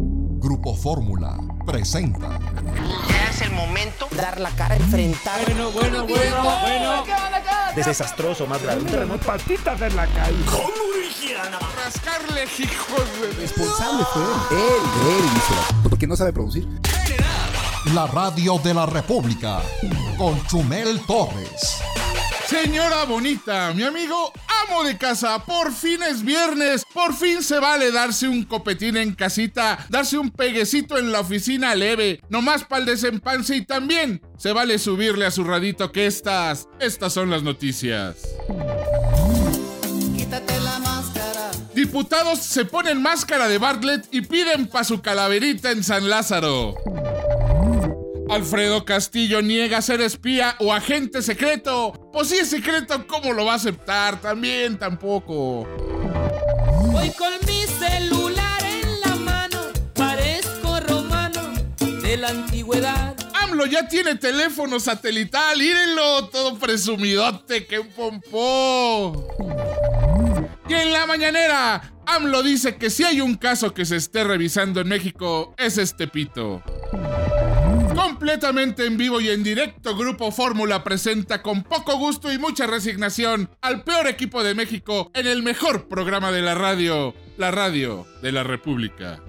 Grupo Fórmula presenta. Ya es el momento. dar la cara, enfrentar. Bueno, bueno, bueno, bueno. desastroso más grave. Un terremoto. responsable fue él. Él, él hizo la- Porque no sabe producir. La radio de la República con Chumel Torres. Señora bonita, mi amigo amo de casa, por fin es viernes, por fin se vale darse un copetín en casita, darse un peguecito en la oficina leve, nomás para el desempance y también se vale subirle a su radito que estas, estas son las noticias. Diputados se ponen máscara de Bartlett y piden pa' su calaverita en San Lázaro. Alfredo Castillo niega ser espía o agente secreto. Pues si es secreto, ¿cómo lo va a aceptar? También tampoco. Voy con mi celular en la mano. Parezco romano de la antigüedad. AMLO ya tiene teléfono satelital, írenlo, todo presumidote, que un pompó. Y en la mañanera, AMLO dice que si hay un caso que se esté revisando en México, es este pito. Completamente en vivo y en directo, Grupo Fórmula presenta con poco gusto y mucha resignación al peor equipo de México en el mejor programa de la radio, la radio de la República.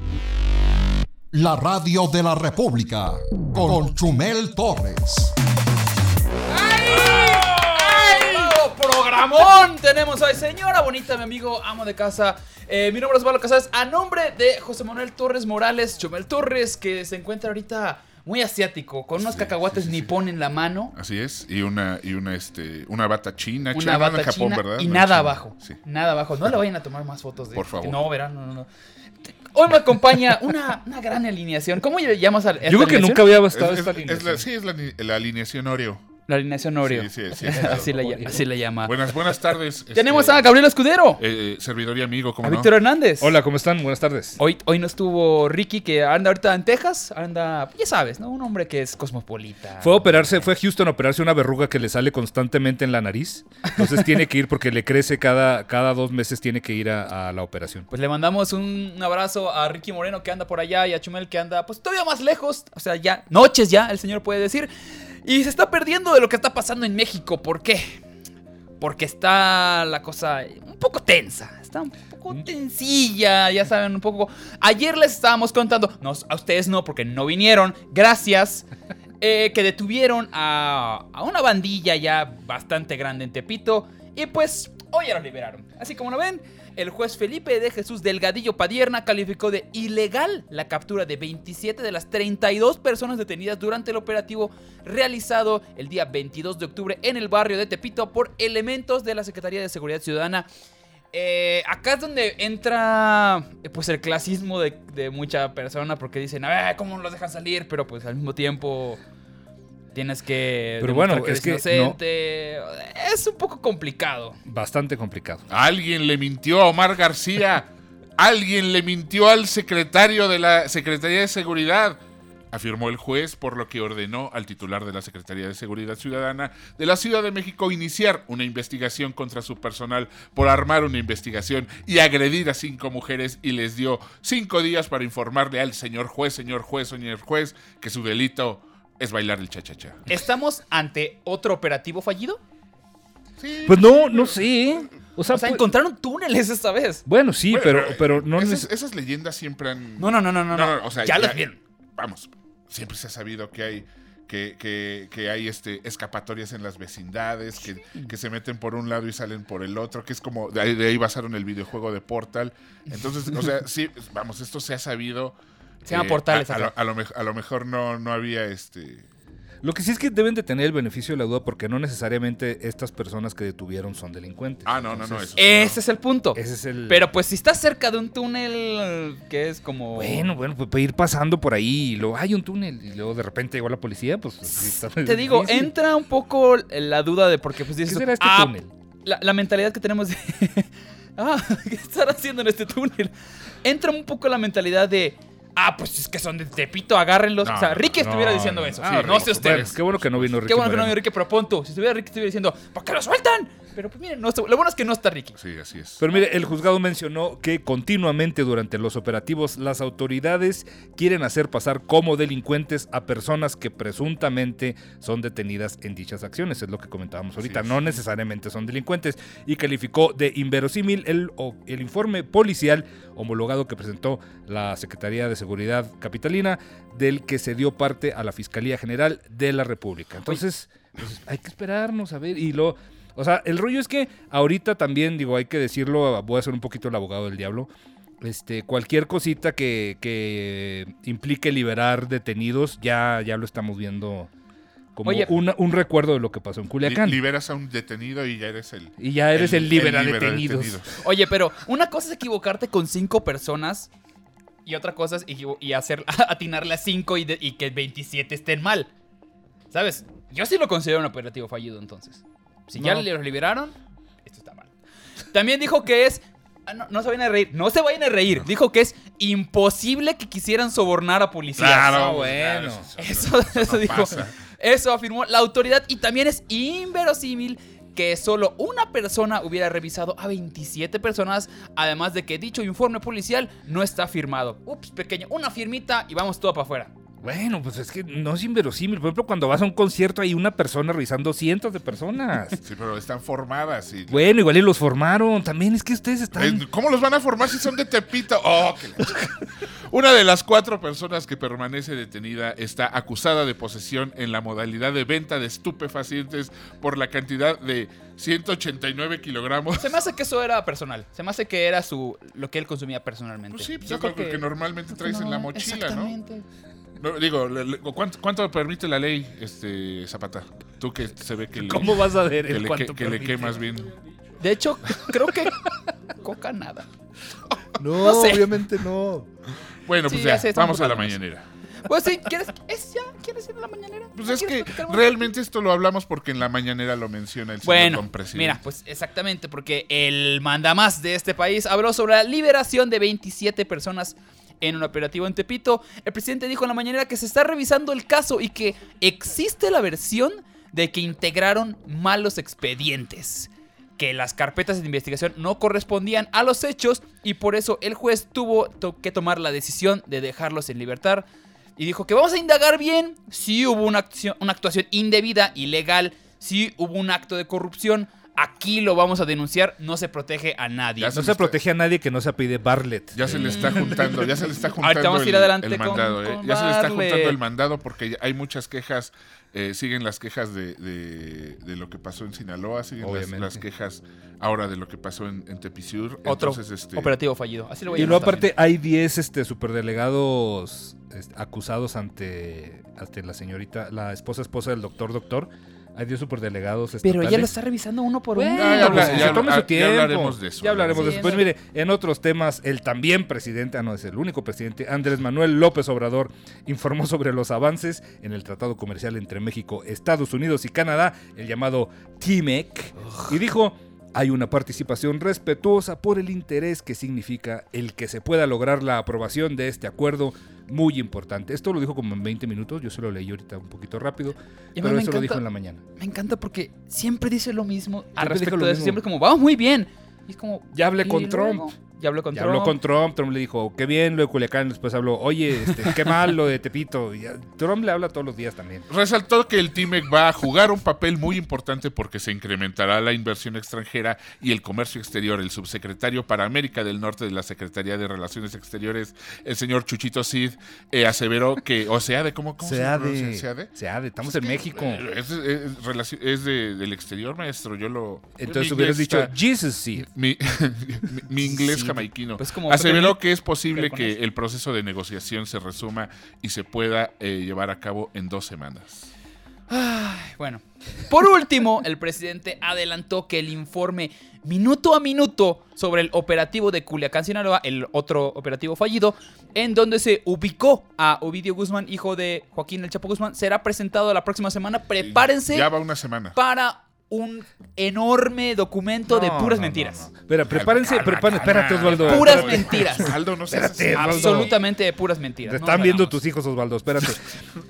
La radio de la República con Chumel Torres. ¡Bravo! ¡Programón! Tenemos hoy, señora bonita, mi amigo, amo de casa. Eh, mi nombre es Pablo Casas, a nombre de José Manuel Torres Morales, Chumel Torres, que se encuentra ahorita muy asiático, con unos cacahuates nipón en la mano, Así es, y una, y una, este, una bata china, una china, no bata Ah, en Japón, china ¿verdad? y No en nada China. abajo. Sí. Nada abajo. No le vayan a tomar más fotos de Por favor. No, verán, no, no, no. Hoy me acompaña una, una gran alineación. ¿Cómo le llamas a Yo creo que nunca había bastado Es- esta es- es la- alineación. sí, es la, ni- la alineación Oreo. La alineación Oreo. Sí, sí, sí, así, la, ll- así la llama. Buenas, buenas tardes. este, Ah. Tenemos a Gabriel Escudero, eh, servidor y amigo, a como no? Víctor Hernández. Hola, ¿cómo están? Buenas tardes. Hoy, hoy no estuvo Ricky, que anda ahorita en Texas. Anda, ya sabes, ¿no? Un hombre que es cosmopolita. Fue a operarse, fue a Houston a operarse una verruga que le sale constantemente en la nariz. Entonces tiene que ir porque le crece cada, cada dos meses, tiene que ir a, a la operación. Pues le mandamos un un abrazo a Ricky Moreno que anda por allá y a Chumel que anda pues todavía más lejos. O sea, ya, noches ya, el señor puede decir. Y se está perdiendo de lo que está pasando en México. ¿Por qué? Porque está la cosa un poco tensa. Está un poco tensilla, ya saben, un poco. Ayer les estábamos contando, no, a ustedes no, porque no vinieron, gracias. eh, que detuvieron a, a una bandilla ya bastante grande en Tepito. Y pues hoy ya lo liberaron. Así como lo ven, el juez Felipe de Jesús Delgadillo Padierna calificó de ilegal la captura de 27 de las 32 personas detenidas durante el operativo realizado el día 22 de octubre en el barrio de Tepito por elementos de la Secretaría de Seguridad Ciudadana. Eh, acá es donde entra eh, pues el clasismo de, de mucha persona porque dicen, a ver, ¿cómo los dejan salir? Pero pues al mismo tiempo tienes que... Pero bueno, demostrar es que eres inocente. Es un poco complicado. Bastante complicado. Alguien le mintió a Omar García. Alguien le mintió al secretario de la Secretaría de Seguridad. Afirmó el juez, por lo que ordenó al titular de la Secretaría de Seguridad Ciudadana de la Ciudad de México iniciar una investigación contra su personal por armar una investigación y agredir a cinco mujeres y les dio cinco días para informarle al señor juez, señor juez, señor juez, que su delito es bailar el cha-cha-cha. ¿Estamos ante otro operativo fallido? Pues no, no sé. O sea, O sea, pues- encontraron túneles esta vez. bueno, sí, Bueno, eh, pero, pero no esas, neces- esas leyendas siempre han... No, no, no, no, no. No, no. no, o sea, ya, los vieron. Vamos, siempre se ha sabido que hay que, que- que hay este escapatorias en las vecindades, que, que se meten por un lado y salen por el otro, que es como de ahí, de ahí basaron el videojuego de Portal. Entonces, o sea, sí, vamos, esto se ha sabido. eh, Se llama Portales A, a lo, acá. a lo mej- a lo mejor no, no había este. Lo que sí es que deben de tener el beneficio de la duda porque no necesariamente estas personas que detuvieron son delincuentes. Ah, no, no, no. Entonces, Eso, Ese es el punto. Ese es el... Pero pues si estás cerca de un túnel que es como... Bueno, bueno, pues para ir pasando por ahí y luego hay un túnel y luego de repente llegó la policía, pues... sí está Te digo, difícil. entra un poco la duda de porque pues ¿Qué dices... será este "Ah, túnel? La, la mentalidad que tenemos de... ah, ¿qué están haciendo en este túnel? Entra un poco la mentalidad de... Ah, pues es que son de Tepito, agárrenlos. No, o sea, Ricky estuviera no, diciendo no. eso. Ah, Sí, no Ricky. sé Bueno, ustedes. qué bueno que no vino Ricky. Qué bueno que no vino Moreno. Ricky, pero pon tú. Si estuviera Ricky, estuviera diciendo, ¿por qué lo sueltan? Pero pues miren, no está- lo bueno es que no está Ricky. Sí, así es. Pero mire, el juzgado mencionó que continuamente durante los operativos las autoridades quieren hacer pasar como delincuentes a personas que presuntamente son detenidas en dichas acciones, es lo que comentábamos ahorita, es. no necesariamente son delincuentes, y calificó de inverosímil el, o- el informe policial homologado que presentó la Secretaría de Seguridad Capitalina, del que se dio parte a la Fiscalía General de la República. Entonces, pues, hay que esperarnos a ver y lo... O sea, el rollo es que ahorita también, digo, hay que decirlo, voy a ser un poquito el abogado del diablo. Este, cualquier cosita que, que implique liberar detenidos, ya, ya lo estamos viendo como Oye. una- un recuerdo de lo que pasó en Li- Culiacán. liberas a un detenido y ya eres el. y ya eres el, libera libera detenidos. detenidos. Oye, pero una cosa es equivocarte con cinco personas y otra cosa es equivo- y hacer, atinarle a cinco y, de- y que 27 estén mal. ¿Sabes? Yo sí lo considero un operativo fallido entonces. Si ya No. los liberaron, esto está mal. También dijo que es... ah, No, no se vayan a reír, no se vayan a reír. Dijo que es imposible que quisieran sobornar a policías. Claro, bueno. claro, Eso, eso no dijo. pasa. Eso afirmó la autoridad y también es inverosímil que solo una persona hubiera revisado a 27 personas, además de que dicho informe policial no está firmado. Ups, pequeño, una firmita y vamos todo para afuera. Bueno, pues es que no es inverosímil. Por ejemplo, cuando vas a un concierto hay una persona revisando cientos de personas. Sí, pero están formadas. Y... bueno, igual y los formaron. También es que ustedes están. Eh, ¿Cómo los van a formar si son de Tepito? Oh, que la chica. Una de las cuatro personas que permanece detenida está acusada de posesión en la modalidad de venta de estupefacientes por la cantidad de 189 kilogramos. Se me hace que eso era personal. Se me hace que era su lo que él consumía personalmente. Pues sí, pues es lo que, normalmente traes en la mochila, ¿no? No, Digo, le- le- ¿cuánto, cuánto permite la ley, este Zapata? Tú que se ve que le, ¿Cómo vas a ver que el le, cuánto que- que le permite? quemas bien. De hecho, creo que coca nada. No, No sé. obviamente no. Bueno, Sí, pues ya ya, sé, estamos vamos a la burlándonos. mañanera. Pues sí, ¿quieres es ya? ¿Quieres ir a la mañanera? Pues ¿No es quieres que platicar un realmente esto lo hablamos porque en la mañanera lo menciona el señor Bueno, compresidente. mira, pues exactamente, porque el mandamás de este país habló sobre la liberación de 27 personas en un operativo en Tepito. El presidente dijo en la mañana que se está revisando el caso y que existe la versión de que integraron malos expedientes. Que las carpetas de investigación no correspondían a los hechos y por eso el juez tuvo to- que tomar la decisión de dejarlos en libertad. Y dijo que vamos a indagar bien si hubo una acción, una actuación indebida, ilegal, si hubo un acto de corrupción. Aquí lo vamos a denunciar, no se protege a nadie. Ya No se protege a nadie que no se apide Bartlett. Ya se le está juntando, ya se le está juntando Ahorita vamos a ir el- adelante el con- mandado, ¿eh? con Ya se le está Barlet. juntando el mandado porque ya hay muchas quejas, eh, siguen las quejas de, de- de lo que pasó en Sinaloa, siguen las, Obviamente. las quejas ahora de lo que pasó en, en Tepisur. Otro Entonces, este, operativo fallido. Así lo voy a Y luego llamar aparte hay 10 este, superdelegados este, acusados ante, ante la señorita, la esposa esposa del doctor doctor. Hay 10 superdelegados también. Pero ya lo estatales. está revisando uno por Bueno, uno. Ya, ya pues, habla- que ya se tome habla- su ya tiempo. hablaremos de eso. Ya hablaremos Sí, de eso. Pues eso. mire, en otros temas, el también presidente, ah, no, es el único presidente, Andrés Manuel López Obrador, informó sobre los avances en el tratado comercial entre México, Estados Unidos y Canadá, el llamado TIMEC, y dijo. Hay una participación respetuosa por el interés que significa el que se pueda lograr la aprobación de este acuerdo muy importante. Esto lo dijo como en 20 minutos, yo se lo leí ahorita un poquito rápido, Y a mí pero eso me lo encanta- dijo en la mañana. Me encanta porque siempre dice lo mismo al Siempre dijo respecto lo de eso. mismo. Siempre como, vamos muy bien. Y es como, Ya hablé "Y con luego". Trump. Ya habló con Ya Trump. habló con Trump, Trump le dijo, qué bien lo de Culiacán, después habló, oye, este, qué mal lo de Tepito. Y, ah, Trump le habla todos los días también. Resaltó que el TIMEC va a jugar un papel muy importante porque se incrementará la inversión extranjera y el comercio exterior. El subsecretario para América del Norte de la Secretaría de Relaciones Exteriores, el señor Chuchito Cid, eh, aseveró que, o sea, de cómo, cómo se, pronuncia? ¿SEADE? SEADE, estamos en México. Eh, Es, es relaci- es de- del exterior, maestro. Yo lo. Entonces mi hubieras inglés dicho, está- Jesus sí. Mi, mi- mi inglés Sí, jamaiquino. pues como- Aseveró que es posible pero con que eso. el proceso de negociación se resuma y se pueda eh, llevar a cabo en dos semanas. Ay, Bueno, por último, el presidente adelantó que el informe minuto a minuto sobre el operativo de Culiacán, Sinaloa, el otro operativo fallido, en donde se ubicó a Ovidio Guzmán, hijo de Joaquín El Chapo Guzmán, será presentado la próxima semana. Prepárense Ya va una semana. para un enorme documento de No, puras no, mentiras. no, no. Espera, prepárense, Calma, prepárense. calma. Espérate, Osvaldo. Puras espérate. mentiras. Osvaldo, no seas Espérate, así. Absolutamente de puras mentiras. Te No están nos viendo hagamos. tus hijos, Osvaldo, espérate.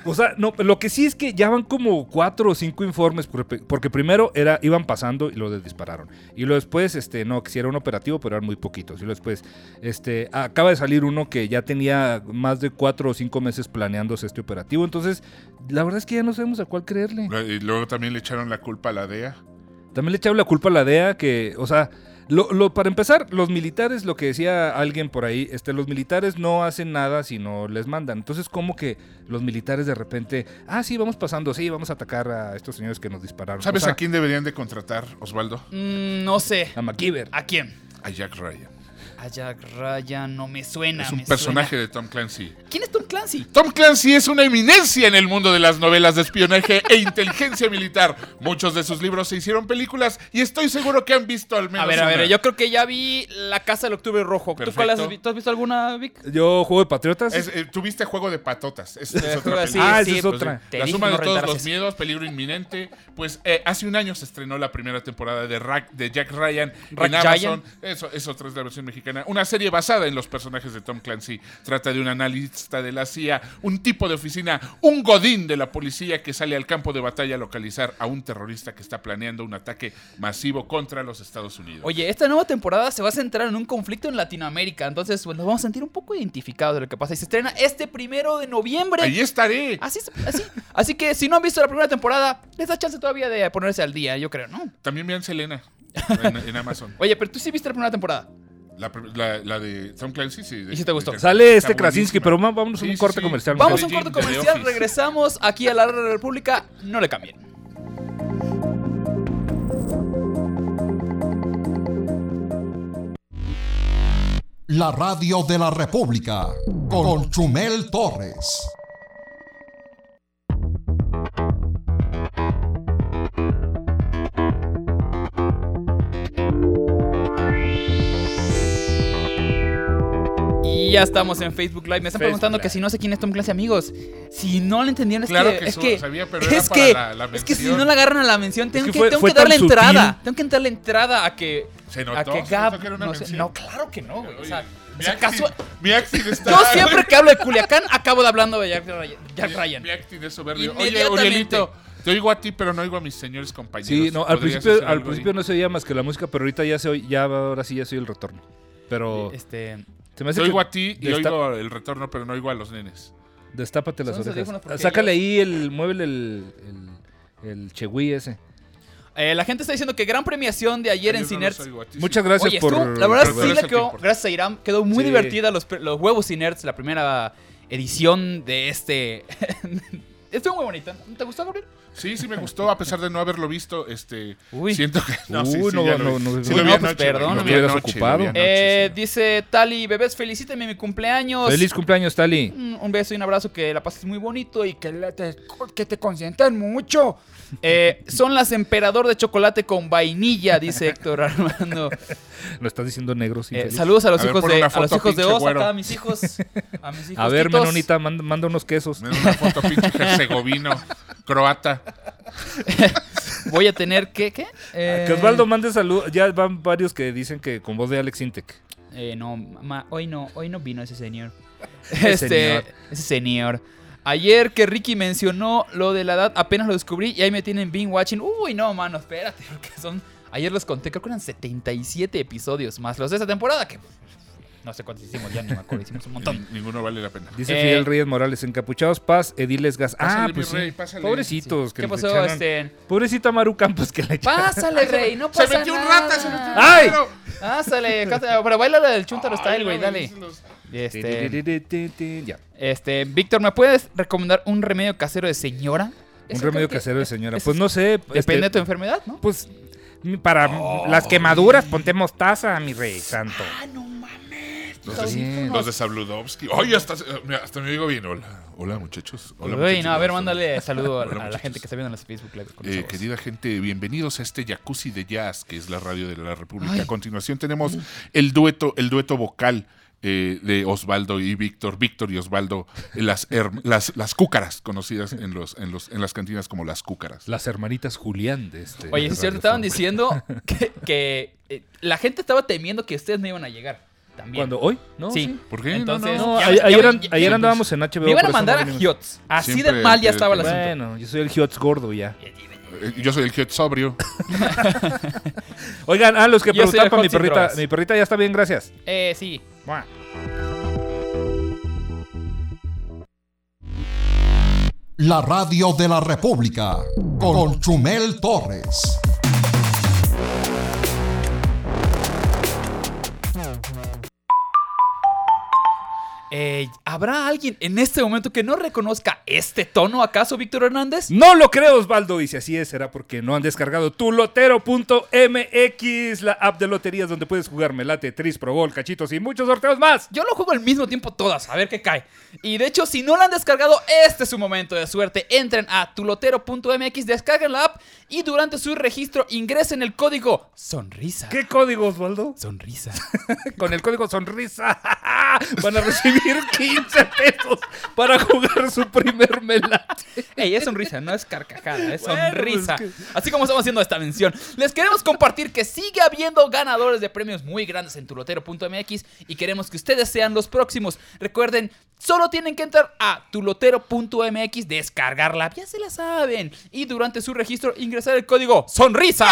O sea, no, lo que sí es que ya van como cuatro o cinco informes, porque porque primero era, iban pasando y lo dispararon. Y luego después, este, no, que sí era un operativo, pero eran muy poquitos. Y luego después, este, acaba de salir uno que ya tenía más de cuatro o cinco meses planeándose este operativo. Entonces, la verdad es que ya no sabemos a cuál creerle. Y luego también le echaron la culpa a la DEA. También le echaron la culpa a la DEA, que, o sea, lo, lo- para empezar, los militares, lo que decía alguien por ahí, este, los militares no hacen nada si no les mandan. Entonces, como que los militares de repente, ah, sí, vamos pasando, sí, vamos a atacar a estos señores que nos dispararon. ¿Sabes O sea, a quién deberían de contratar, Osvaldo? Mm, no sé. A MacGyver. ¿A quién? A Jack Ryan. A Jack Ryan no me suena. Es un me personaje suena. de Tom Clancy. ¿Quién es Tom Clancy? Tom Clancy es una eminencia en el mundo de las novelas de espionaje e inteligencia militar. Muchos de sus libros se hicieron películas y estoy seguro que han visto al menos. A ver, a una. ver, yo creo que ya vi La Casa del Octubre Rojo. ¿Tú, cuál has, Perfecto. vi- tú has visto alguna, Vic? Yo juego de Patriotas. Es, eh, Tuviste juego de patotas. Es, es otra Juego así, pues, película. Ah, esa es otra. Te la dije suma no de todos rentaras los eso. miedos, peligro inminente. Pues eh, hace un año se estrenó la primera temporada de, Rack- de Jack Ryan Rack en Amazon. Eso, eso otra es la versión mexicana. Una serie basada en los personajes de Tom Clancy. Trata de un analista de la CIA, un tipo de oficina, un godín de la policía que sale al campo de batalla a localizar a un terrorista que está planeando un ataque masivo contra los Estados Unidos. Oye, esta nueva temporada se va a centrar en un conflicto en Latinoamérica. Entonces, pues, nos vamos a sentir un poco identificados de lo que pasa. Y se estrena este primero de noviembre. Ahí estaré. Así, es- así. así que si no han visto la primera temporada, les da chance todavía de ponerse al día, yo creo, ¿no? También vean Selena en, en Amazon. Oye, pero tú sí viste la primera temporada. La, pr- la- la de Tom Clancy, sí. de- ¿Y si te gustó? de- Sale este está Krasinski, buenísima. pero ma- vámonos a Sí, un sí, corte sí. comercial. Vamos a muchachos. un corte Jim, de The comercial, Office. regresamos aquí a la Red República. No le cambien. La radio de la República con Chumel Torres. Y ya estamos en Facebook Live. Me están Facebook preguntando que Live. si no sé quién es Tom Clancy, amigos. Si no lo entendieron, es Claro que, que es su- que, sabía, pero era es, para que la- la es que si mención. no la agarran a la mención, tengo que, que fue- tengo fue que darle tan entrada. sutil. Tengo que darle entrada a que. ¿Se a notó? que ¿Se Gab. notó que era una no, sé- mención? no, claro que no, güey. O sea, Oye, o mi sea, acting- caso- Mi acting está. Yo siempre que hablo de Culiacán, acabo de hablando de Jack, Ryan- Jack Mi- Ryan. Mi acting es soberbio. Oye, Inmediatamente. Urielito, te oigo a ti, pero no oigo a mis señores compañeros. Sí, no, al ¿Podrías principio, hacer al algo ahí? principio no se oía más que la música, pero ahorita ya se oye, ya ahora sí ya soy el retorno. Pero Este. se me hace Te oigo que- a ti y Destap- oigo el retorno, pero no oigo a los nenes. Destápate las Son los orejas. Ah, audífonos porque Sácale ellos- ahí el mueble, el, el, el chegüí ese. eh, la gente está diciendo que gran premiación de ayer Yo en no Cinerts. los oigo a ti, Muchas sí. gracias Oye, por. estuvo- la verdad por sí verlo. le quedó, Eso que gracias a Irán, quedó muy Sí. divertida los, pre- los huevos y nerds, la primera edición de este. estuvo muy bonita. ¿Te gustó, Gabriel? Sí, sí me gustó, a pesar de no haberlo visto. Este, Uy. siento que. No, sí, Uy, sí, no, ya lo no, vi. no, Sí no, lo vi no, pues, anoche, güey, perdón. lo vi Estuvieras anoche, ocupado. lo vi anoche, Eh, sí. dice Tali, bebés, felicítenme mi cumpleaños. Feliz cumpleaños, Tali. Mm, Un beso y un abrazo, que la pases muy bonito y que, la- te, que te consientan mucho. Eh, son las emperador de chocolate con vainilla, dice Héctor Armando. Lo estás diciendo negro, sí. Eh, feliz. saludos a los A ver, hijos pon de una a los foto, hijos de pinche Oz, güero. acá a mis hijos, a mis hijos. A ver, Menonita, manda, manda unos quesos. Me da una foto pinche herzegovino, croata. Voy a tener que. ¿Qué? Eh, Que Osvaldo mande saludos. Ya van varios que dicen que con voz de Alex Intec. eh, no, ma- hoy no, hoy no vino ese señor. Ese este, señor. Ese señor. Ayer que Ricky mencionó lo de la edad, apenas lo descubrí y ahí me tienen being watching. Uy, no, mano, espérate, porque son. Ayer los conté, creo que eran 77 episodios más los de esta temporada que. No sé cuántos hicimos, ya ni me acuerdo, hicimos un montón. Ni- Ninguno vale la pena. Dice Eh. Fidel Reyes Morales. Encapuchados Paz, Ediles Gas. Ah, Pásale, pues mi rey, sí. pásale. Pobrecitos. Que ¿Qué les pasó, echaron- este? Pobrecita Maru Campos que le echaron. Pásale, rey, no pasa Se metió un Pues nada. rata, se metió un ¡Ay! ratero. Pásale, cásale, Ah, pero baila la del Chuntaro Style, güey, no, dale. dicen los- Este, Ya. Un este, Víctor, ¿me puedes recomendar un remedio casero de señora? Eso creo remedio que casero de señora. ese Pues es- no sé. Depende de este, tu enfermedad, ¿no? Pues para las quemaduras, ponte mostaza, mi rey santo. Los de, Bien. los de Sabludovsky. Oye, hasta, mira, hasta me digo bien. Hola, hola muchachos. Hola, Uy, muchachos. no, a ver, mándale saludo Hola, a, a la muchachos. gente que está viendo en los Facebook Live. con Eh, esa voz. querida gente, bienvenidos a este Jacuzzi de Jazz, que es la radio de la República. Ay. A continuación tenemos el dueto, el dueto vocal eh, de Osvaldo y Víctor, Víctor y Osvaldo, eh, las, her- las, las cúcaras, conocidas en, los, en, los, en las cantinas como las cúcaras. Las hermanitas Julián de eh, este. Oye, si es cierto, Radio estaban Fórmula. diciendo que, que, eh, la gente estaba temiendo que ustedes no iban a llegar. También. ¿Cuándo? ¿Hoy? ¿No? Sí. ¿Por qué? Entonces- No, no. No, Ya a- ves- ya ayer, ves- an- ya- ayer andábamos en HBO. Me iban a por eso mandar a no vinimos. Giots. Así Siempre de mal ya te- estaba el te- asunto. Bueno, yo soy el Hiots gordo ya. Eh, Yo soy el Jet sobrio. Oigan, a los que Yo soy preguntaban el para Hot mi sin perrita. drogas. Mi perrita ya está bien, gracias. Eh, sí. Mua. La radio de la República con Chumel Torres. Eh, ¿Habrá alguien en este momento que no reconozca este tono, acaso, Víctor Hernández? No lo creo, Osvaldo. Y si así es, será porque no han descargado tu lotero.mx, la app de loterías donde puedes jugar Melate, Tris, Pro Gol, Cachitos y muchos sorteos más. Yo lo juego al mismo tiempo todas, a ver qué cae. Y de hecho, si no la han descargado, este es su momento de suerte. Entren a tulotero.mx, descarguen la app y durante su registro ingresen el código sonrisa. ¿Qué código, Osvaldo? Sonrisa. Con el código sonrisa van a recibir 15 pesos para jugar su primer melate. Ey, es sonrisa, no es carcajada, es Bueno, sonrisa. pues Así como estamos haciendo esta mención, les queremos compartir que sigue habiendo ganadores de premios muy grandes en tulotero.mx y queremos que ustedes sean los próximos. Recuerden, solo tienen que entrar a tulotero.mx, descargarla, ya se la saben, y durante su registro ingresar el código sonrisa,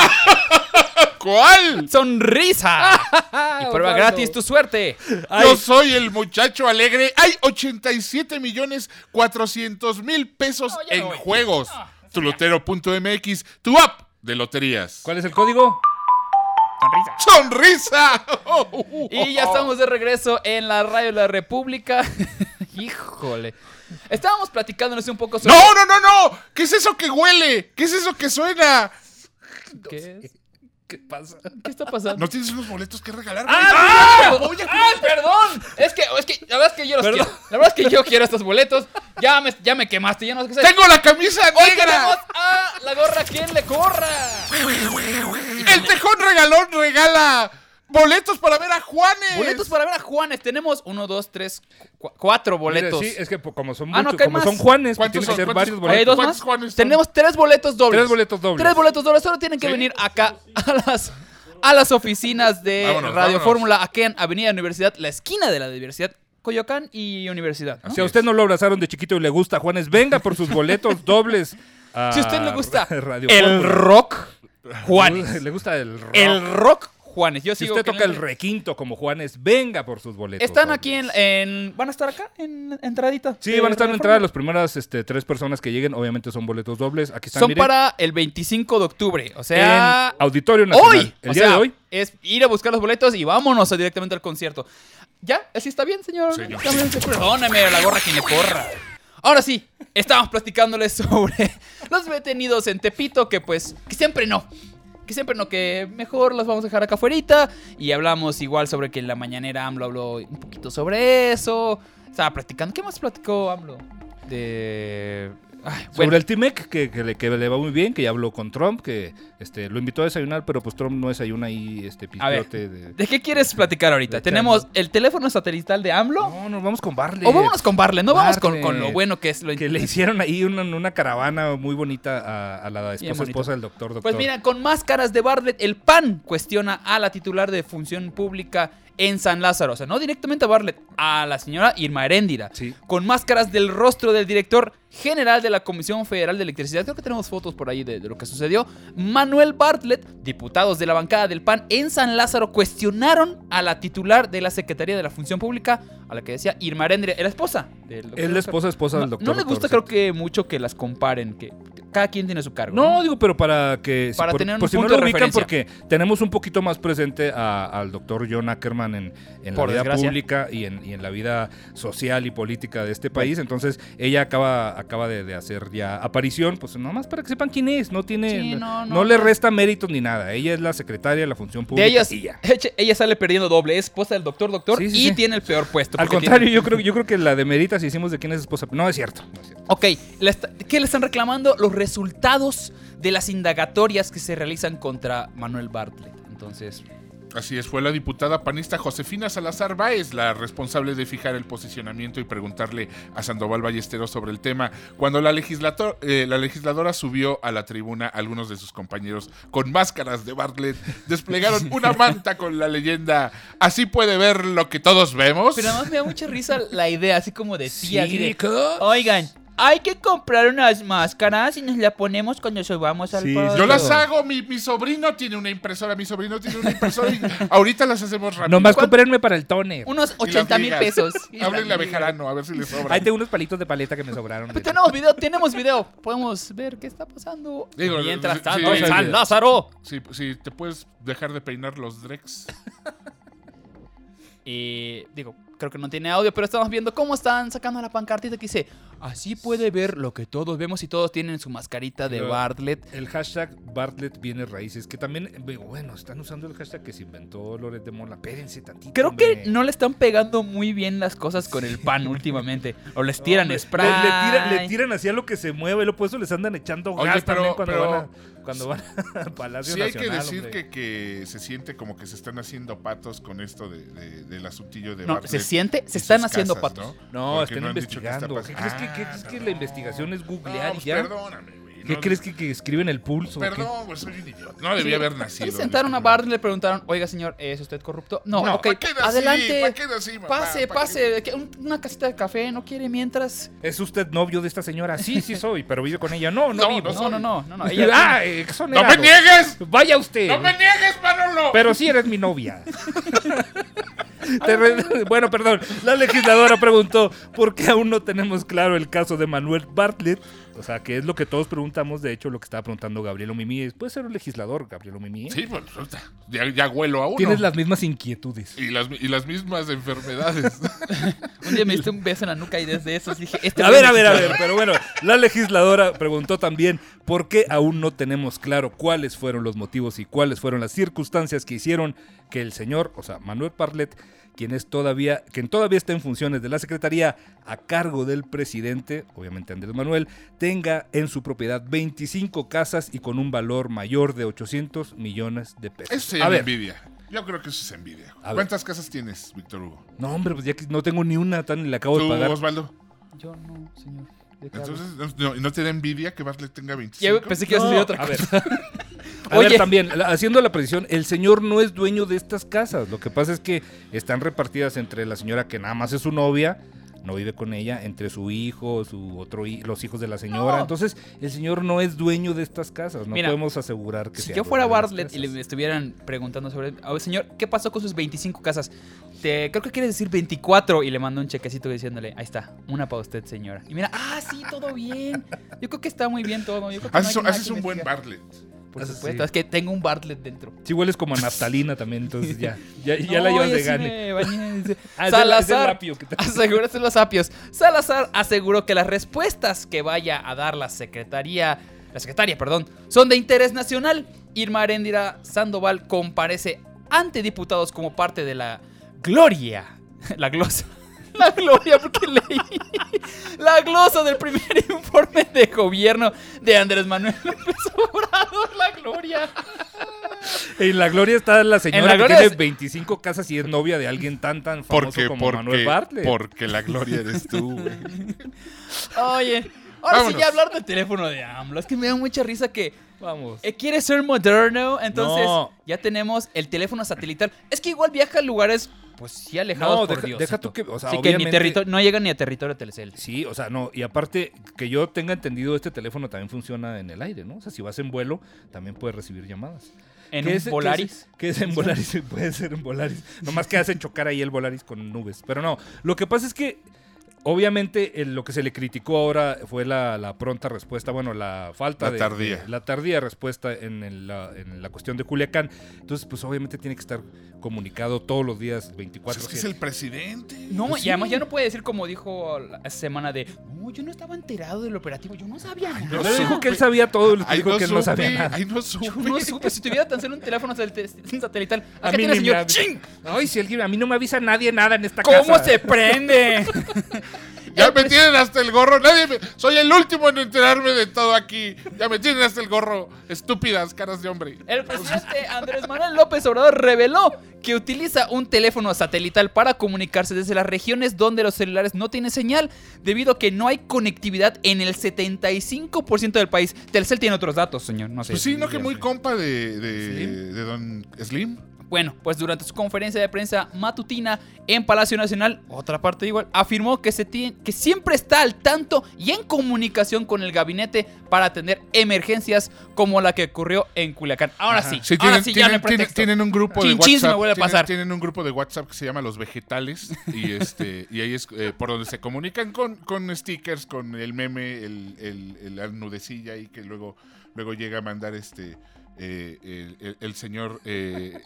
¿Cuál? sonrisa. y prueba Osvaldo. gratis tu suerte. Yo soy el muchacho alegre. Hay 87 millones 400 mil pesos No, ya en me voy. juegos. Ah, ya. Tulotero.mx, tu app de loterías. ¿Cuál es el código? ¡Sonrisa! Y ya estamos de regreso en la radio de la República. Híjole. Estábamos platicándonos un poco sobre... ¡No, no, no, no! ¿Qué es eso que huele? ¿Qué es eso que suena? ¿Qué, es? ¿Qué pasa? ¿Qué está pasando? ¿No tienes unos boletos que regalar? ¡Ah! ¡Ay, perdón! Es que, es que la verdad es que yo los Perdón. quiero. La verdad es que yo quiero estos boletos. Ya me, ya me quemaste, ya no sé qué hacer. ¡Tengo la camisa Hoy tenemos negra! a la gorra quien le corra. ¡El tejón regalón regala boletos para ver a Juanes! Boletos para ver a Juanes. Tenemos uno, dos, tres, cu- cuatro boletos. Sí, es que po- como son, Ah, no, muchos- que hay como más. son Juanes, pues ¿Cuántos tienen que son? ser ¿Cuántos? varios Oye, ¿hay dos boletos. ¿Cuántos más? Juanes son? Tenemos tres boletos dobles. Tres boletos dobles. Tres boletos dobles. Solo tienen que Sí. venir acá a las, a las oficinas de Vámonos, Radio vámonos. Fórmula, aquí en Avenida Universidad, la esquina de la Universidad, Coyoacán y Universidad. ¿no? Si a usted no lo abrazaron de chiquito y le gusta Juanes, venga por sus boletos dobles. a Si a usted le gusta Radio el Fórmula. rock, Juanes. Le gusta el rock. El rock, Juanes. Yo si sigo usted con toca el requinto como Juanes, venga por sus boletos. Están dobles. aquí en, en- ¿Van a estar acá? En entradita. Sí, de van a estar Radio en la entrada Fórmula. las primeras este, tres personas que lleguen. Obviamente son boletos dobles. Aquí están, Son miren, para el 25 de octubre. O en sea. Auditorio Nacional. Hoy. El o día sea, de hoy. Es ir a buscar los boletos y vámonos directamente al concierto. ¿Ya? ¿Así está bien, señor? Señor. Está bien, Perdóname, la gorra que me corra. Ahora sí, estábamos platicándoles sobre los detenidos en Tepito que pues que siempre no. Que siempre no, que mejor los vamos a dejar acá afuera. Y hablamos igual sobre que en la mañanera AMLO habló un poquito sobre eso. Estaba platicando. ¿Qué más platicó AMLO? De... Ay, Sobre bueno, el T-MEC, que, que le, que le va muy bien, que ya habló con Trump, que este, lo invitó a desayunar, pero pues Trump no desayuna ahí este A ver. pistote de... ¿De qué quieres platicar ahorita? De ¿Tenemos el teléfono satelital de AMLO? No, nos vamos con Barley. O vámonos con Barlet, no vamos con, Barlet. con lo bueno que es lo Que le hicieron ahí una, una caravana muy bonita a, a la Bien esposa, bonito. esposa del doctor, doctor. Pues mira, con máscaras de Bartlett, el PAN cuestiona a la titular de función pública en San Lázaro. O sea, no directamente a Bartlett, a la señora Irma Heréndira. Sí. Con máscaras del rostro del director general de la Comisión Federal de Electricidad. Creo que tenemos fotos por ahí de, de lo que sucedió. Manuel Bartlett, diputados de la bancada del PAN en San Lázaro, cuestionaron a la titular de la Secretaría de la Función Pública, a la que decía Irma Heréndira, era esposa del doctor. Es la esposa, esposa No, del doctor. no les gusta, doctor, creo sí. que mucho que las comparen, que cada quien tiene su cargo. No, digo, pero para que... Para por, tener un por si punto no de lo ubican, porque referencia. tenemos un poquito más presente a- al doctor John Ackerman en, en la Por vida desgracia. pública y en, y en la vida social y política de este país. Entonces, ella acaba, acaba de, de hacer ya aparición, pues nada más para que sepan quién es. No tiene... Sí, no, no, no, le no. resta méritos ni nada. Ella es la secretaria de la función pública. De ellas, y ya. eche- ella sale perdiendo doble. Es esposa del doctor, doctor, Sí, sí, y sí. tiene el peor puesto. Al porque contrario, tiene- yo creo, yo creo que la de Merita si hicimos de quién es esposa. No, es cierto. No es cierto. Ok, le está- ¿qué le están reclamando? Los resultados de las indagatorias que se realizan contra Manuel Bartlett. Entonces, Así es, fue la diputada panista Josefina Salazar Báez la responsable de fijar el posicionamiento y preguntarle a Sandoval Ballesteros sobre el tema cuando la, legislator- eh, la legisladora subió a la tribuna algunos de sus compañeros con máscaras de Bartlett desplegaron una manta con la leyenda así puede ver lo que todos vemos Pero además me da mucha risa la idea, así como decía. así de, ¿cómo? Oigan, hay que comprar unas máscaras y nos las ponemos cuando subamos al Sí, podio". yo las hago, mi, mi sobrino tiene una impresora, mi sobrino tiene una impresora y ahorita las hacemos rápido. Nomás comprenme para el toner. Unos Y las 80 mil ligas. pesos. Háblenle a Bejarano, a ver si le sobra. Ahí tengo unos palitos de paleta que me sobraron. Pero Pues tenemos video, tenemos video. Podemos ver qué está pasando. Digo, Mientras sí, tanto, sí, en sí. San Lázaro. Si te puedes dejar de peinar los Drex. Y digo, creo que no tiene audio, pero estamos viendo cómo están sacando la pancartita que dice: Así puede ver lo que todos vemos y todos tienen su mascarita de Claro. Bartlett. El hashtag Bartlett viene raíces, que también, bueno, están usando el hashtag que se inventó Loret de Mola. Espérense tantito. Creo que hombre. no le están pegando muy bien las cosas con el pan últimamente. O les tiran Hombre, spray. Le, le tiran, le tiran hacia lo que se mueve, lo por eso les andan echando Oye, gas pero- también cuando pero- van a, cuando van a Palacio Sí hay que Nacional, decir hombre. que, que se siente como que se están haciendo patos con esto de, de- del asuntillo de No, Bartlett se siente, y se están sus haciendo casas, patos. No, Porque están han dicho qué está investigando. ¿Qué crees pasando. que, qué crees que la investigación es Ah, googlear no, y pues ya? perdóname, güey. ¿Qué no, crees que, que escriben el pulso? o qué? Perdón, pues soy un idiota. No debía haber nacido. Se sentaron a Bartlett, le preguntaron, oiga señor, ¿es usted corrupto? No, No, ok, ¿pa' qué nací? ¿Pa' adelante, qué nací, mamá? pase, ¿Pa' qué? pase, ¿qué- un- una casita de café, ¿no quiere mientras? ¿Es usted novio de esta señora? Sí, sí soy, pero vive con ella. No, no, No, vivo. No, no, no, no, no, ella- ah, ¡No exonerado. me niegues! Vaya usted. eh, ¡No me niegues, Manolo! Pero sí eres mi novia. Te re- Bueno, perdón. La legisladora preguntó por qué aún no tenemos claro el caso de Manuel Bartlett. O sea, que es lo que todos preguntamos, de hecho, lo que estaba preguntando Gabriel Omimí. ¿Puede ser un legislador, Gabriel Omimí? Sí, pues puta, ya, ya huelo a uno. Tienes las mismas inquietudes. Y, las, y las mismas enfermedades. un día me diste un beso en la nuca y desde eso dije, este A güey ver, a ver, a necesita- ver, pero bueno, la legisladora preguntó también por qué aún no tenemos claro cuáles fueron los motivos y cuáles fueron las circunstancias que hicieron que el señor, o sea, Manuel Parlet, quien es todavía, quien todavía está en funciones de la Secretaría a cargo del presidente, obviamente Andrés Manuel, tenga en su propiedad 25 casas y con un valor mayor de 800 millones de pesos. Eso se a llama ver, envidia. Yo creo que eso es envidia. A ver. ¿Cuántas casas tienes, Víctor Hugo? no hombre, pues ya que no tengo ni una tan le acabo de Tú, pagar. Osvaldo. Yo no, señor. ¿de qué hablas? Entonces, no, no te da envidia que Bartlett tenga 25? Ya pensé que ibas a No, decir otra a cosa. ver. A ver, Oye. también, la- haciendo la precisión, el señor no es dueño de estas casas. Lo que pasa es que están repartidas entre la señora que nada más es su novia, no vive con ella, entre su hijo, su otro hi- los hijos de la señora. No. Entonces, el señor no es dueño de estas casas. No Mira, podemos asegurar que Si sea yo fuera dueño de las Bartlett y casas. le estuvieran preguntando sobre, a ver, señor, ¿qué pasó con sus 25 casas? Te, creo que quiere decir 24 y le mandó un chequecito diciéndole, ahí está, una para usted, señora. Y mira, ah, sí, todo bien. Yo creo que está muy bien todo. Yo creo que Ah, no Haces, hay nada haces que un buen investigar. Bartlett. Por Haces- supuesto, Ah, sí. es que tengo un Bartlett dentro. Si hueles como a naftalina también, entonces ya, ya, ya la No, llevas yo de sí gane. me bañé, dice. Ah, es del- es del Salazar apio que te- aseguró es de los apios. Salazar aseguró que las respuestas que vaya a dar la secretaría, la secretaria, perdón, son de interés nacional. Irma Arendira Sandoval comparece ante diputados como parte de la gloria, la glosa. La gloria, porque leí la glosa del primer informe de gobierno de Andrés Manuel López Obrador. La gloria. En la gloria está la señora la que gloria tiene es- 25 casas y es novia de alguien tan tan famoso Porque, como Manuel porque, Bartlett. porque la gloria eres tú, güey. Oye, ahora sí Vámonos. ya hablar del teléfono de AMLO. Es que me da mucha risa que Vamos. eh, quiere ser moderno, entonces No. ya tenemos el teléfono satelital. Es que igual viaja a lugares, pues sí, alejados No, por deja- Diosito. deja tú que- o sea, Así que ni obviamente- territorio, no llega ni a territorio Telecel. Sí, o sea, no, y aparte, que yo tenga entendido, este teléfono también funciona en el aire, ¿no? O sea, si vas en vuelo, también puedes recibir llamadas. En ¿Qué un es- qué es- Volaris. ¿Qué es en Volaris? Puede ser en Volaris. Nomás que hace chocar ahí el Volaris con nubes. Pero no, lo que pasa es que, obviamente, eh, lo que se le criticó ahora fue la, la pronta respuesta, bueno, la falta La de... tardía. de- la tardía respuesta en, el- la, en la cuestión de Culiacán. Entonces, pues obviamente tiene que estar comunicado todos los días Pues 24 es que es el presidente. No, Pues y además sí. ya no puede decir como dijo la semana de, no, yo no estaba enterado del operativo, yo no sabía nada. no Le dijo supe. que él sabía todo, le Ay, dijo que él no sabía supe, nada. ay, no supe. Yo no supe, si tuviera tan solo un teléfono satel- satelital. A Acá mí tiene ni me señor. avisa. ¡Ching! Ay, si alguien, a mí no me avisa nadie nada en esta casa. ¿Cómo se prende? Yo Ya me tienen hasta el gorro. Nadie me- Soy el último en enterarme de todo aquí. Ya me tienen hasta el gorro. Estúpidas caras de hombre. El presidente Andrés Manuel López Obrador reveló que utiliza un teléfono satelital para comunicarse desde las regiones donde los celulares no tienen señal, debido a que no hay conectividad en el 75% del país. Telcel tiene otros datos, señor. No sé. Pues sí, no que muy compa de, de- de Don Slim. Bueno, pues durante su conferencia de prensa matutina en Palacio Nacional, otra parte igual, afirmó que, se tie- que siempre está al tanto y en comunicación con el gabinete para atender emergencias como la que ocurrió en Culiacán. Ahora sí, Sí, ahora tienen, sí, ya no hay tienen, tienen- pretexto. tienen un grupo de Chin, chin, se me WhatsApp. vuelve a tienen, pasar. tienen un grupo de WhatsApp que se llama Los Vegetales. Y este, y ahí es eh, por donde se comunican con, con stickers, con el meme, el, el, el la nudecilla ahí que luego, luego llega a mandar este eh, el, el- el señor eh,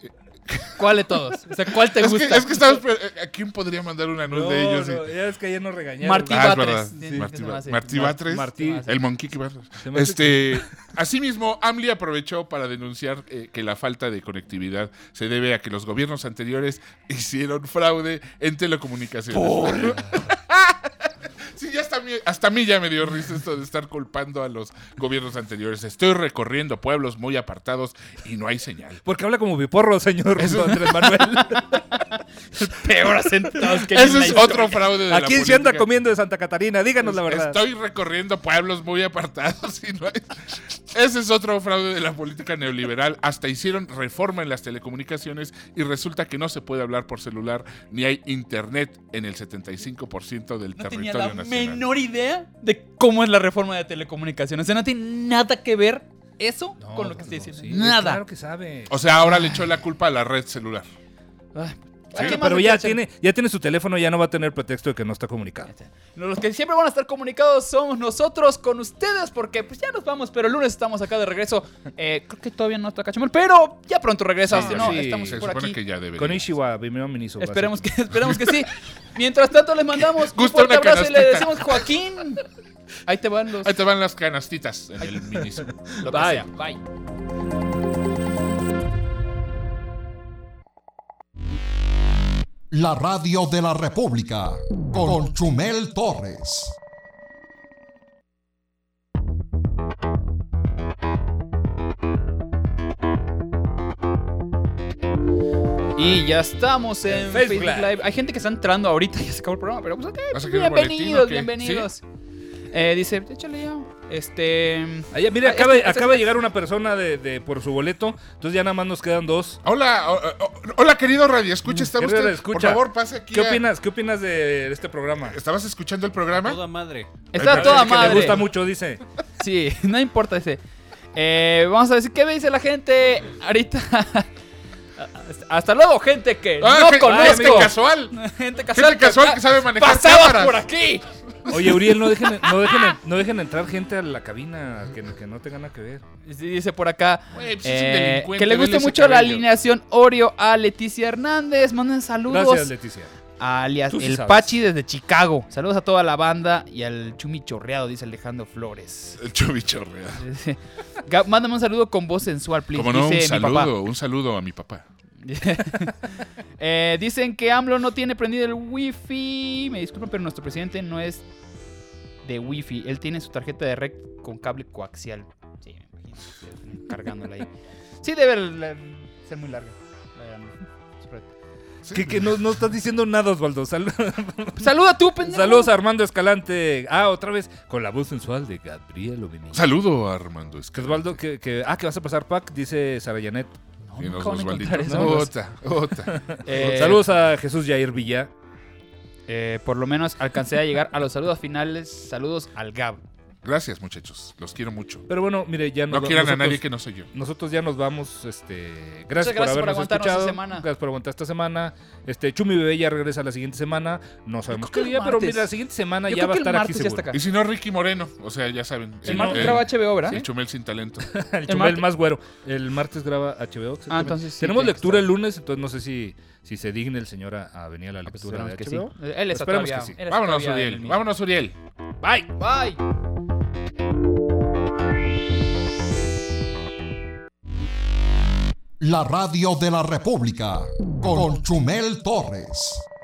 ¿Cuál de todos? O sea, ¿cuál te es, gusta? Que, es que estaba esper- ¿A quién podría mandar una nud No, de ellos? no, Eh, ya es que ayer nos regañaron. Martí Ah, es Batres. verdad. Sí, Martí, se me Ba- hace. Martí No, Batres. Martí. El Monkey que Batres. Se me hace Este, asimismo, AMLI aprovechó para denunciar eh, que la falta de conectividad se debe a que los gobiernos anteriores hicieron fraude en telecomunicaciones. Sí, ya hasta, a mí, hasta a mí ya me dio risa esto de estar culpando a los gobiernos anteriores. Estoy recorriendo pueblos muy apartados y no hay señal. Porque habla como biporro, señor don Andrés Manuel. Peor asentados que Ese en la es historia. otro fraude de ¿A la quién se anda política. comiendo de Santa Catarina? Díganos la verdad. Estoy recorriendo pueblos muy apartados y no hay- Ese es otro fraude de la política neoliberal. Hasta hicieron reforma en las telecomunicaciones y resulta que no se puede hablar por celular ni hay internet en el 75% del No tenía territorio la nacional. menor idea de cómo es la reforma de telecomunicaciones. O sea, no tiene nada que ver eso No, pues con lo que no, estoy sí, diciendo. es nada. Claro que sabe. O sea, ahora le echó la culpa a la red celular. Ay, Sí, ¿qué más pero le ya quiero hacer? tiene, ya tiene su teléfono, ya no va a tener pretexto de que no está comunicado. Los que siempre van a estar comunicados somos nosotros con ustedes porque pues ya nos vamos, pero el lunes estamos acá de regreso. Eh, creo que todavía no está Cachemol, pero ya pronto regresa. Sí, si no, sí, estamos Se por supone aquí. que ya debería. Con Ishiwa, bienvenido ministro. Esperemos que, esperemos que sí. Mientras tanto, les mandamos un Gusta una fuerte abrazo y le canastita. decimos Joaquín. Ahí te van los. Ahí te van las canastitas en el minismo. lo que sea. Bye. La radio de la República con Chumel Torres. Y ya estamos en, Facebook, Facebook Live. Hay gente que está entrando ahorita, ya se acabó el programa, pero pues ok, ¿Vas a querer un boletín o bienvenidos, qué? bienvenidos. Eh, dice, échale ya. Este. Allá, mira, Ah, acaba, este- este- acaba de llegar una persona de, de- por su boleto, entonces ya nada más nos quedan dos. Hola, o- o- hola querido Radio Escucha, ¿está Querido usted? Por radioescucha, favor, pase aquí. ¿Qué a- opinas? ¿Qué opinas de este programa? ¿Estabas escuchando el programa? Toda madre. Está Parece toda que madre. Le gusta mucho, dice. Sí, no importa ese. Eh, vamos a decir qué me dice la gente ahorita. Hasta luego, gente que Ah, Eh, no gente- gente conozco. casual. Gente casual que sabe manejar pasaba cámaras. por aquí. Oye, Uriel, no dejen, no dejen, no dejen entrar gente a la cabina que, que no tenga nada que ver. Sí, dice por acá Güey, pues es un eh, delincuente, que le vele guste ese mucho la cabello. alineación Oreo a Leticia Hernández. Manden saludos Gracias, Leticia. alias Tú sí El sabes. Pachi desde Chicago. Saludos a toda la banda y al Chumi Chorreado, dice Alejandro Flores. El chubichorrea. Dice, "Gab, Mándame un saludo con voz sensual, please. Como no, un dice mi papá. saludo, un saludo a mi papá. Eh, dicen que AMLO no tiene prendido el wifi. Me disculpan, pero nuestro presidente no es de wifi. Él tiene su tarjeta de red con cable coaxial. Sí, me imagino. que Cargándola ahí. Sí, debe la- ser muy larga. la de AMLO, su red. Que, que no, no estás diciendo nada, Osvaldo. Sal- Saluda tú, pendejo. Saludos a Armando Escalante. Ah, otra vez con la voz sensual de Gabriel Ovini. Saludo a Armando Que Escalante. Osvaldo, que, que- ah, que vas a pasar pack, dice Sara Janet. No, Y nos nunca van a Osvaldito. encontrar eso. Ota, ota. Eh, Saludos a Jesús Jair Villa. eh, por lo menos alcancé a llegar a los saludos finales. Saludos al Gab. Gracias, muchachos. Los quiero mucho. Pero bueno, mire, ya No nos- quieran a nosotros- nadie que no soy yo. Nosotros ya nos vamos. Este, gracias, gracias por por habernos aguantarnos escuchado. esta semana. Gracias por aguantar esta semana. Este, Chumi Bebé ya regresa la siguiente semana. No sabemos creo qué que día, el pero martes. mira, la siguiente semana Yo ya creo va a que el estar aquí martes ya está seguro. acá. Y si no, Ricky Moreno. O sea, ya saben. El martes graba HBO, ¿verdad? El chumel sin talento. El, El Chumel martes- Ah, más güero. El martes graba HBO. exactamente. entonces sí, Tenemos tiene que lectura estar. el lunes, entonces no sé si, si se digne el señor a, a venir a la lectura Esperemos de Ah, pues que sí. HBO. Él está Esperemos todavía- que sí. él está Vámonos, todavía en el Uriel. mismo. Vámonos, Uriel. Bye. Bye. La radio de la República con Chumel Torres.